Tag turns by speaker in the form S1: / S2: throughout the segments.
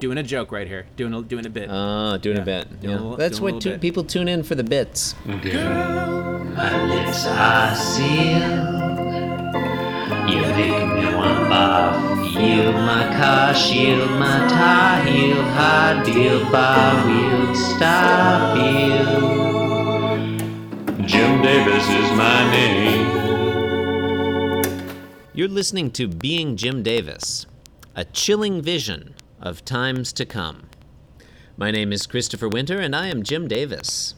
S1: Doing a joke right here. Doing a, doing a bit.
S2: Ah, doing
S1: Yeah.
S2: a bit.
S1: Doing a
S2: Yeah.
S1: little-
S2: That's
S1: doing a
S2: what
S1: little
S2: two
S1: bit.
S2: people tune in for the bits.
S3: Girl, my lips are sealed. You make me want barf. Yield my car, shield my tie, heel, hard deal, bar wheel, stop you. Jim Davis is my name.
S2: You're listening to Being Jim Davis, a chilling vision of times to come. My name is Christopher Winter, and I am Jim Davis.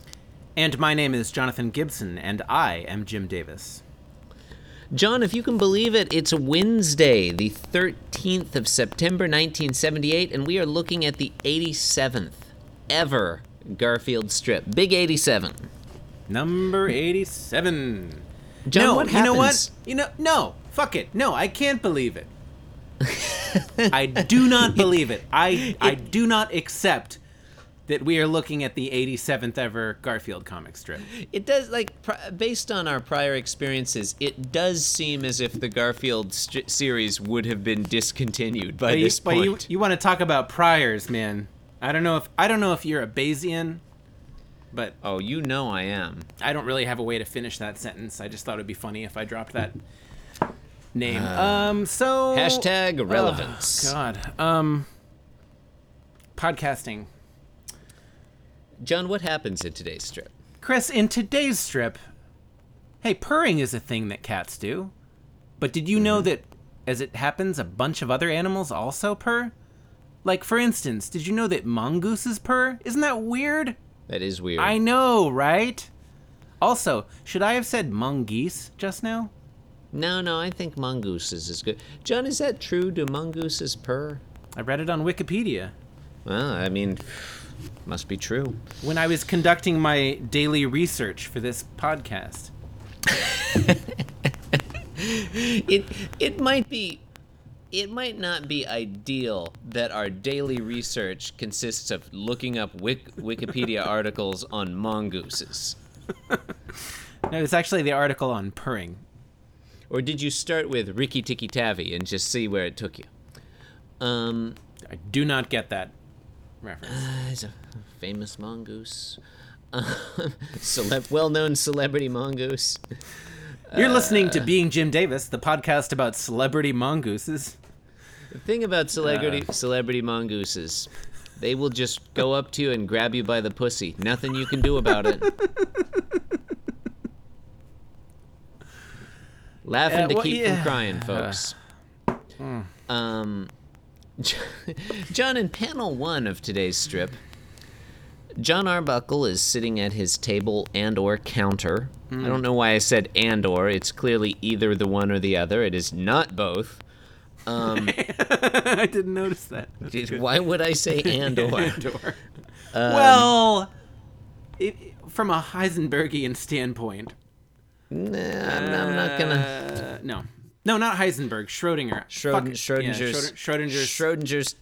S1: And my name is Jonathan Gibson, and I am Jim Davis.
S2: John, if you can believe it, it's Wednesday, the 13th of September, 1978, and we are looking at the 87th ever Garfield strip. Big 87.
S1: Number 87.
S2: John,
S1: no,
S2: what
S1: you know what?
S2: happens-
S1: You know, no, fuck it. No, I can't believe it. I do not believe it. I, I do not accept that we are looking at the 87th ever Garfield comic strip.
S2: It does, like, pr- based on our prior experiences, it does seem as if the Garfield stri series would have been discontinued by
S1: But, you,
S2: this
S1: but you,
S2: point.
S1: you want to talk about priors, man. I don't know if I don't know if you're a Bayesian, but
S2: oh, you know I am.
S1: I don't really have a way to finish that sentence. I just thought it'd be funny if I dropped that name. um, so
S2: Uh, Hashtag relevance.
S1: oh, God. Um, podcasting.
S2: John, what happens in today's strip?
S1: Chris, in today's strip, hey, purring is a thing that cats do. But did you know
S2: Mm-hmm.
S1: that, as it happens, a bunch of other animals also purr? Like, for instance, did you know that mongooses purr? Isn't that weird?
S2: That is weird.
S1: I know, right? Also, should I have said mongoose just now?
S2: No, no, I think mongooses is good. John, is that true? Do mongooses purr?
S1: I read it on Wikipedia.
S2: Well, I mean, must be true.
S1: When I was conducting my daily research for this podcast,
S2: It it might be it might not be ideal that our daily research consists of looking up Wik- Wikipedia articles on mongooses.
S1: no, it's actually the article on purring.
S2: Or did you start with Ricky Tikki Tavi and just see where it took you? Um,
S1: I do not get that reference.
S2: He's a famous mongoose. Celeb- well-known celebrity mongoose.
S1: You're listening to Being Jim Davis, the podcast about celebrity mongooses.
S2: thing about celebrity celebrity mongooses they will just go up to you and grab you by the pussy nothing you can do about it laughing
S1: Uh,
S2: to
S1: well,
S2: keep
S1: yeah. Hmm.
S2: from crying folks um john in panel one of today's strip john arbuckle is sitting at his table and or counter
S1: Hmm.
S2: i don't know why i said and or it's clearly either the one or the other it is not both
S1: I didn't notice that.
S2: Did- why would i say and or
S1: Andor. well, it, from a Heisenbergian standpoint,
S2: Nah, I'm, I'm not gonna.
S1: uh, no. No, not Heisenberg, Schrodinger. Fuck
S2: Schroding,
S1: it.
S2: Schrodinger's,
S1: Yeah, Schroeder- Schrodinger's,
S2: Schrodinger's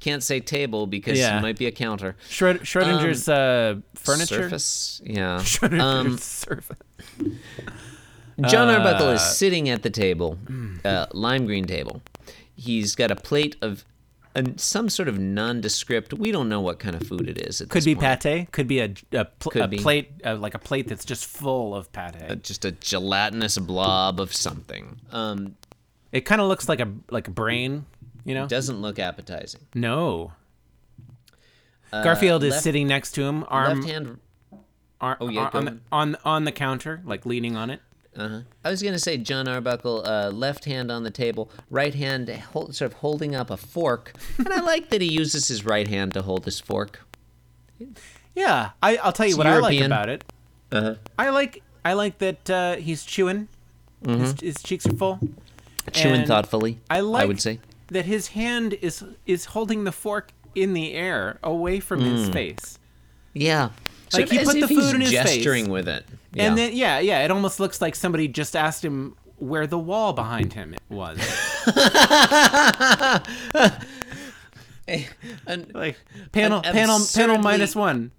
S2: can't say table because
S1: Yeah.
S2: it might be a counter.
S1: Schrod- Schrodinger's uh, furniture.
S2: Surface. Yeah.
S1: Schrodinger's
S2: Um,
S1: surface.
S2: John Arbuckle
S1: uh,
S2: is sitting at the table, uh, lime green table. He's got a plate of an, some sort of nondescript. We don't know what kind of food it is. At
S1: Could
S2: this
S1: be
S2: point.
S1: pate. Could be Uh, a, a, pl-
S2: Could
S1: a
S2: be.
S1: plate, uh, like a plate that's just full of pate.
S2: Just a gelatinous blob of something. Um,
S1: It kind of looks like a like a brain, you know?
S2: doesn't look appetizing.
S1: No. Uh, Garfield is
S2: left-
S1: sitting next to him, arm,
S2: Left hand
S1: ar-
S2: yeah,
S1: ar-
S2: go
S1: on, the,
S2: ahead.
S1: on on the counter, like leaning on it.
S2: Uh-huh. I was gonna say John Arbuckle, uh, left hand on the table, right hand hold, sort of holding up a fork, and I like that he uses his right hand to hold his fork.
S1: Yeah, I, I'll tell you
S2: It's
S1: what I like
S2: European.
S1: about it. I like I like that uh, he's chewing. His, his cheeks are full.
S2: Chewing
S1: And
S2: thoughtfully,
S1: I like
S2: I would say.
S1: that his hand is is holding the fork in the air away from his face.
S2: Yeah, So
S1: Like, he
S2: as
S1: put
S2: if
S1: the
S2: he's
S1: food in his face.
S2: gesturing with it. Yeah.
S1: And then yeah, yeah, it almost looks like somebody just asked him where the wall behind him was.
S2: An
S1: Like panel panel
S2: An
S1: panel
S2: absurdly-
S1: minus 1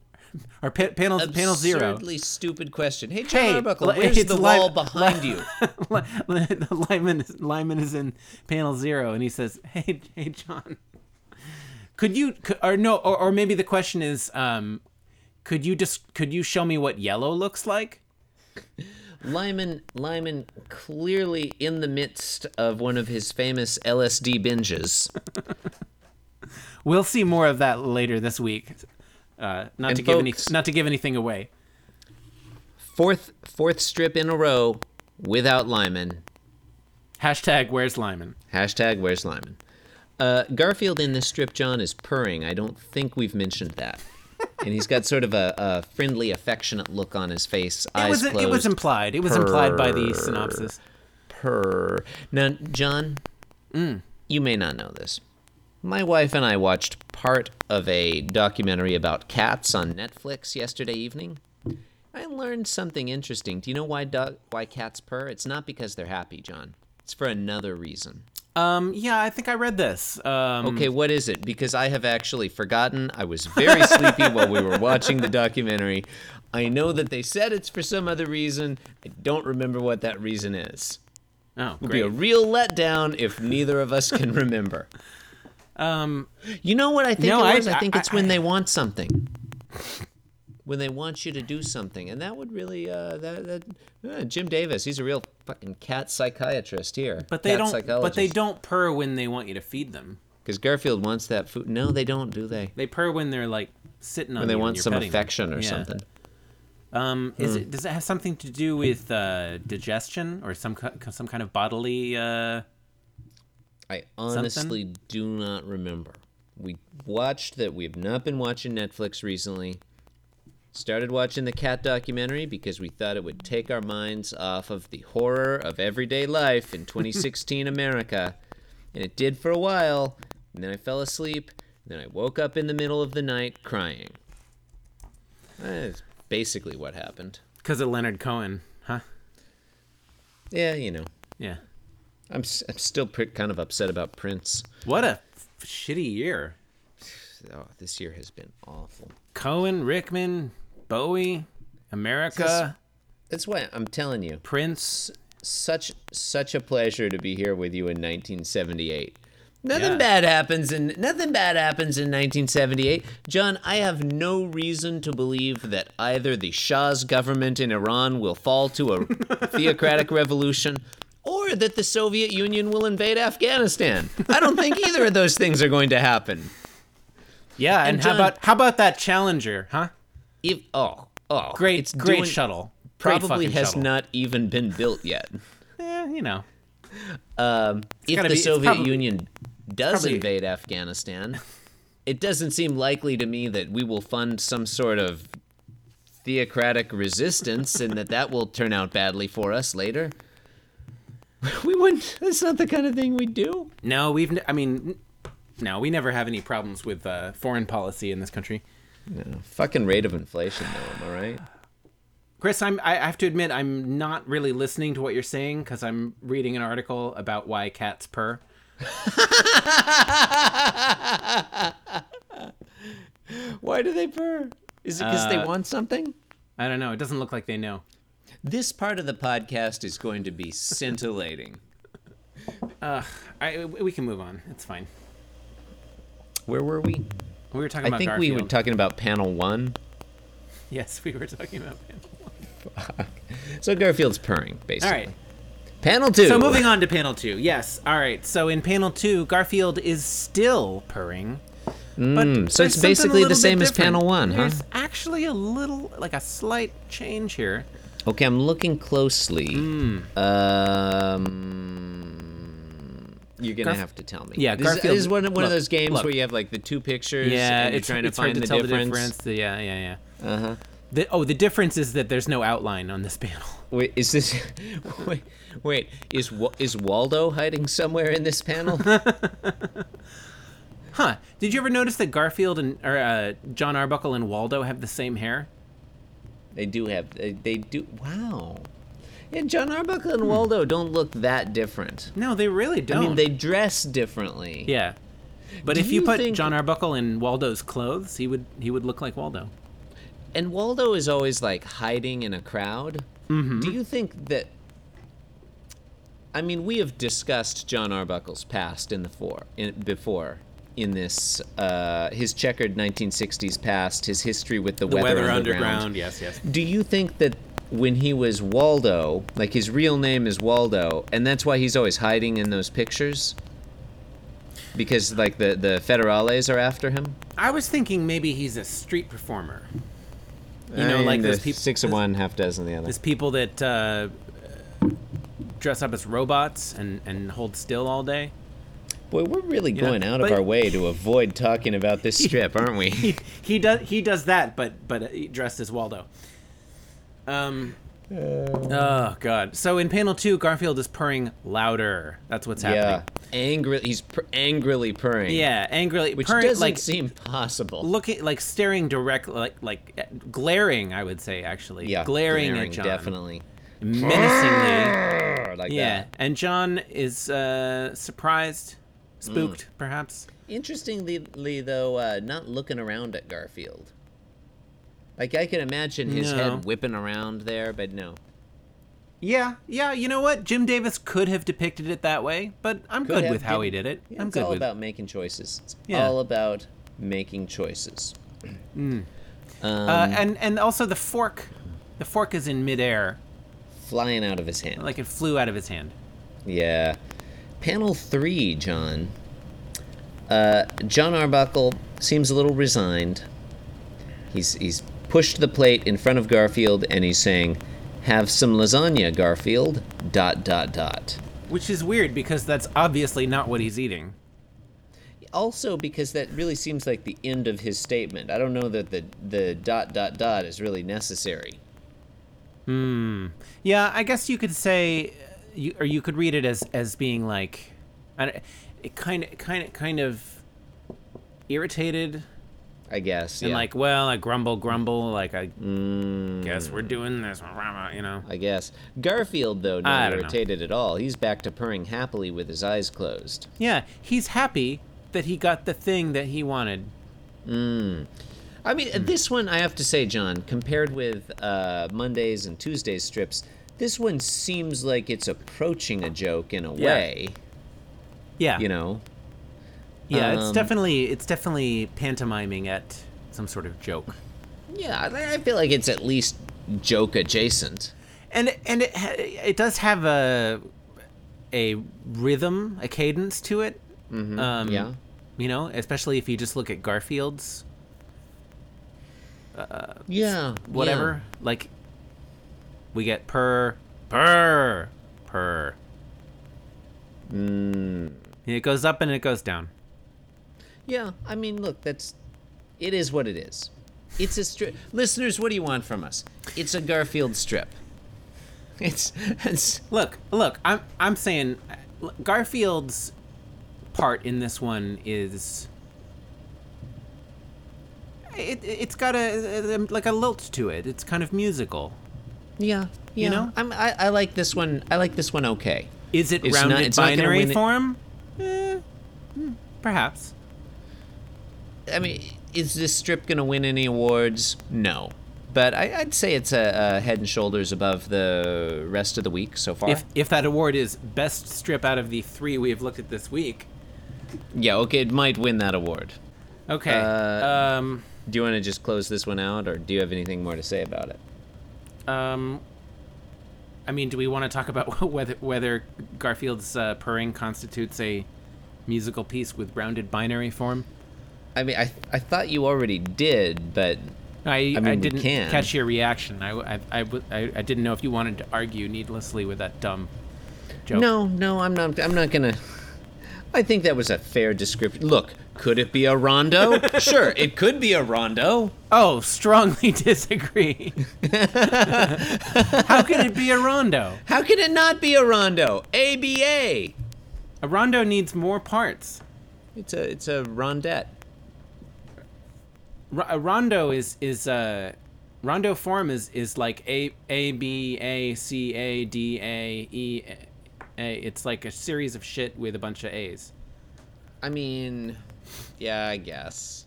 S1: or pa- panel uh, panel 0.
S2: absurdly stupid question. Hey, John
S1: Hey,
S2: Arbuckle,
S1: li-
S2: where's
S1: it's
S2: the
S1: live-
S2: wall behind
S1: li-
S2: you?
S1: Ly- Lyman is, Lyman is in panel zero, and he says, "Hey, hey, John, Could you could, or no or, or maybe the question is um could you just could you show me what yellow looks like?
S2: Lyman Lyman clearly in the midst of one of his famous LSD binges.
S1: We'll see more of that later this week. Uh, not
S2: And
S1: to give any
S2: folks-
S1: not to give anything away.
S2: Fourth fourth strip in a row without Lyman.
S1: Hashtag where's Lyman?
S2: Hashtag where's Lyman? Uh, Garfield in this strip, John, is purring. I don't think we've mentioned that. And he's got sort of a, a friendly, affectionate look on his face,
S1: It
S2: eyes
S1: was
S2: closed.
S1: it was implied. It was implied by the synopsis.
S2: purr. Now, John,
S1: Mm.
S2: you may not know this. My wife and I watched part of a documentary about cats on Netflix yesterday evening. I learned something interesting. Do you know why dog, why cats purr? It's not because they're happy, John. It's for another reason.
S1: Um yeah, I think I read this. Um
S2: Okay, what is it? Because I have actually forgotten. I was very sleepy while we were watching the documentary. I know that they said it's for some other reason. I don't remember what that reason is.
S1: oh,
S2: It'll be a
S1: great.
S2: real letdown if neither of us can remember.
S1: Um
S2: You know what I think
S1: No,
S2: it
S1: I-
S2: was? I, think
S1: I-
S2: it's when they want something. When they want you to do something, and that would really uh, that that uh, Jim Davis, he's a real fucking cat psychiatrist here.
S1: but they
S2: cat
S1: don't but they don't purr when they want you to feed them.
S2: because Garfield wants that food. No, they don't, do they?
S1: They purr when they're like sitting on
S2: When they
S1: you and
S2: want
S1: you're
S2: some
S1: petting them.
S2: affection or
S1: Yeah.
S2: something. Hmm.
S1: Um, is it, does it have something to do with uh, digestion or some ki- some kind of bodily? Uh...
S2: I honestly do not remember. We watched that. We have not been watching Netflix recently. Started watching the cat documentary because we thought it would take our minds off of the horror of everyday life in 2016 America. And it did for a while. And then I fell asleep. And then I woke up in the middle of the night crying. That's basically what happened.
S1: Because of Leonard Cohen, huh?
S2: Yeah, you know.
S1: Yeah.
S2: I'm, s- I'm still pr- kind of upset about Prince.
S1: What a f- shitty year.
S2: Oh, this year has been awful.
S1: Cohen, Rickman, Bowie, America,
S2: That's why I'm telling you.
S1: Prince.
S2: such such a pleasure to be here with you in 1978. Nothing
S1: Yeah.
S2: bad happens in nothing bad happens in 1978. John, I have no reason to believe that either the Shah's government in Iran will fall to a theocratic revolution or that the Soviet Union will invade Afghanistan. I don't think either of those things are going to happen.
S1: Yeah, and,
S2: and
S1: how
S2: John-
S1: about how about that Challenger, huh?
S2: If, oh, oh,
S1: Great,
S2: it's
S1: great
S2: doing-
S1: shuttle. Great
S2: Probably
S1: fucking
S2: has
S1: shuttle.
S2: not even been built yet.
S1: Eh, you know,
S2: if
S1: gotta
S2: the
S1: be- it's
S2: Soviet
S1: probably-
S2: Union does
S1: probably-
S2: invade Afghanistan, it doesn't seem likely to me that we will fund some sort of theocratic resistance and that that will turn out badly for us later. We wouldn't. That's not the kind of thing we do.
S1: no, we've. n- I mean, no, we never have any problems with uh, foreign policy in this country.
S2: Fucking rate of inflation, though. Am I right?
S1: Chris, I'm, I have to admit, I'm not really listening to what you're saying because I'm reading an article about why cats purr.
S2: Why do they purr? Is it because they want something?
S1: I don't know. It doesn't look like they know.
S2: This part of the podcast is going to be scintillating.
S1: I, we can move on. It's fine.
S2: Where were we?
S1: We were talking
S2: I
S1: about
S2: think we
S1: Garfield.
S2: were talking about panel one.
S1: yes, we were talking about panel.
S2: So Garfield's purring, basically.
S1: All right.
S2: Panel two.
S1: So moving on to panel two. Yes. All right. So in panel two, Garfield is still purring. but
S2: so
S1: there's
S2: it's
S1: something a
S2: basically the
S1: little bit
S2: same as
S1: different.
S2: panel one, huh?
S1: There's actually a little, like a slight change here.
S2: Okay, I'm looking closely.
S1: Hmm.
S2: Um, you're gonna
S1: Garf-
S2: have to tell me.
S1: Yeah,
S2: this, is-
S1: Garfield-
S2: this is one, one
S1: look,
S2: of those games
S1: look.
S2: where you have like the two pictures.
S1: Yeah,
S2: and you're
S1: it's
S2: trying to
S1: it's
S2: find
S1: hard to
S2: the,
S1: tell
S2: difference. Uh-huh.
S1: the difference. The- yeah, yeah, yeah. Uh huh. The, oh, the difference is that there's no outline on this panel.
S2: Wait, is this? wait, wait, is Wa- is Waldo hiding somewhere in this panel?
S1: Huh? Did you ever notice that Garfield and or uh, John Arbuckle and Waldo have the same hair?
S2: they do have. They, they do. Wow. Yeah, John Arbuckle and Waldo don't look that different.
S1: No, they really Hmm. don't.
S2: I mean, they dress differently.
S1: yeah. But
S2: Do
S1: if you,
S2: you
S1: put
S2: think-
S1: John Arbuckle in Waldo's clothes, he would he would look like Waldo.
S2: And Waldo is always like hiding in a crowd.
S1: Mm-hmm.
S2: Do you think that? I mean, we have discussed John Arbuckle's past in the four in, before, in this uh, his checkered 1960s past, his history with the,
S1: The
S2: weather,
S1: Weather
S2: underground.
S1: Underground. Yes, yes.
S2: Do you think that when he was Waldo, like his real name is Waldo, and that's why he's always hiding in those pictures? Because like the the federales are after him.
S1: I was thinking maybe he's a street performer. You know,
S2: And
S1: like
S2: the
S1: those people.
S2: six of one, half dozen of the other.
S1: There's people that uh, dress up as robots and, and hold still all day.
S2: Boy, we're really
S1: Yeah,
S2: going out of
S1: but-
S2: our way to avoid talking about this strip, aren't we?
S1: He, he does he does that, but but uh, dressed as Waldo. Um. Oh God! So in panel two, Garfield is purring louder. That's what's
S2: yeah,
S1: happening.
S2: angry. He's pr- angrily purring.
S1: Yeah, angrily.
S2: which
S1: purring,
S2: doesn't
S1: like
S2: seem possible.
S1: looking, like staring directly, like like uh, glaring. I would say actually,
S2: yeah,
S1: glaring, at John,
S2: definitely.
S1: menacingly.
S2: Brrr, Like
S1: Yeah,
S2: that.
S1: and John is uh, surprised, spooked,
S2: Mm.
S1: perhaps.
S2: Interestingly, though, uh, not looking around at Garfield. Like I can imagine his
S1: No.
S2: head whipping around there, but no.
S1: Yeah, yeah. You know what? Jim Davis could have depicted it that way, but I'm
S2: Could
S1: good
S2: have,
S1: with how he
S2: didn't.
S1: did it.
S2: Yeah,
S1: I'm
S2: it's
S1: good
S2: all
S1: with.
S2: about making choices. It's
S1: Yeah.
S2: all about making choices.
S1: uh, and and also the fork, the fork is in midair,
S2: Flying out of his hand.
S1: like it flew out of his hand.
S2: Yeah. Panel three, John. Uh, John Arbuckle seems a little resigned. He's he's pushed the plate in front of Garfield and he's saying, "Have some lasagna, Garfield." Dot dot dot.
S1: Which is weird because that's obviously not what he's eating.
S2: Also, because that really seems like the end of his statement. I don't know that the the dot dot dot is really necessary.
S1: Yeah, I guess you could say, uh, you, or you could read it as as being like, I don't, it kind of kind of kind of irritated
S2: I guess.
S1: and
S2: yeah. Mm.
S1: like well i grumble grumble like i guess we're doing this you know
S2: I guess Garfield though
S1: I
S2: not
S1: don't know.
S2: irritated at all. He's back to purring happily with his eyes closed.
S1: yeah he's happy that he got the thing that he wanted
S2: I mean, this one I have to say, John, compared with uh, Mondays and Tuesdays strips, this one seems like it's approaching a joke in a
S1: Yeah.
S2: way.
S1: yeah
S2: You know,
S1: yeah it's
S2: um,
S1: definitely it's definitely pantomiming at some sort of joke
S2: yeah, I I feel like it's at least joke adjacent.
S1: and and it, ha- it does have a a rhythm a cadence to it um
S2: yeah.
S1: you know especially if you just look at garfield's
S2: Yeah,
S1: whatever like we get purr purr purr
S2: Mm.
S1: And it goes up and it goes down
S2: Yeah. yeah, I mean, look, that's it is what it is. It's a strip. Listeners, what do you want from us? It's a Garfield strip. It's it's
S1: Look, look, I'm I'm saying uh, Garfield's part in this one is it it's got a, a- like a lilt to it. It's kind of musical.
S2: yeah, yeah. You
S1: know?
S2: know, I'm, I I like this one. I like this one okay.
S1: Is it
S2: It's not-
S1: rounded
S2: it's not gonna
S1: binary
S2: win it-
S1: form? Eh, hmm, perhaps.
S2: I mean, is this strip gonna win any awards? No, but I, I'd say it's a, a head and shoulders above the rest of the week so far.
S1: If if that award is best strip out of the three we have looked at this week.
S2: yeah, okay, it might win that award.
S1: Okay.
S2: Uh,
S1: um
S2: Do you want to just close this one out, or do you have anything more to say about it?
S1: um I mean, do we want to talk about whether whether Garfield's uh, purring constitutes a musical piece with rounded binary form?
S2: I mean, I I thought you already did, but
S1: I, I,
S2: mean, we
S1: didn't
S2: can.
S1: catch your reaction. I, I, I w- I- I didn't know if you wanted to argue needlessly with that dumb joke.
S2: no, no, I'm not. I'm not gonna. I think that was a fair description. Look, could it be a rondo? sure, it could be a rondo.
S1: Oh, strongly disagree. How can it be a rondo?
S2: How can it not be a rondo? ABA.
S1: A rondo needs more parts.
S2: It's a it's a rondette.
S1: R- a rondo is is uh, rondo form is is like a a b a c a d a e a. It's like a series of shit with a bunch of a's.
S2: I mean, yeah, I guess.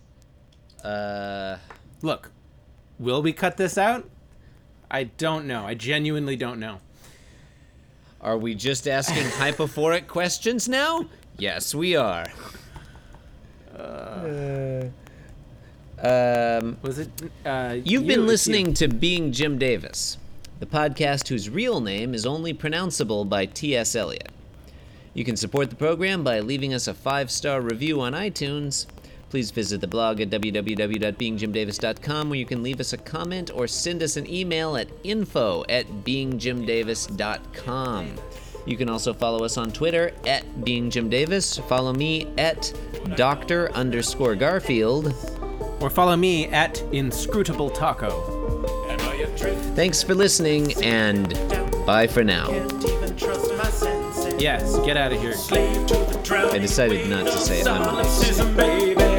S2: Uh,
S1: Look, will we cut this out? I don't know. I genuinely don't know.
S2: are we just asking hypophoric questions now? Yes, we are. Um,
S1: Was it? Uh,
S2: You've
S1: you-
S2: been listening to Being Jim Davis, the podcast whose real name is only pronounceable by T.S. Eliot. You can support the program by leaving us a five star review on iTunes. Please visit the blog at www.beingjimdavis.com where you can leave us a comment or send us an email at info at beingjimdavis.com. You can also follow us on Twitter at beingjimdavis. Follow me at Dr. underscore Garfield.
S1: Or follow me at inscrutable taco.
S4: Am I a trick?
S2: Thanks for listening and bye for now.
S4: Can't even trust my senses.
S1: Yes, get out of here.
S4: Slave to the drowning
S2: I decided not to
S4: wheel of
S2: say it, I'm honest.
S4: solipsism, baby. Oh,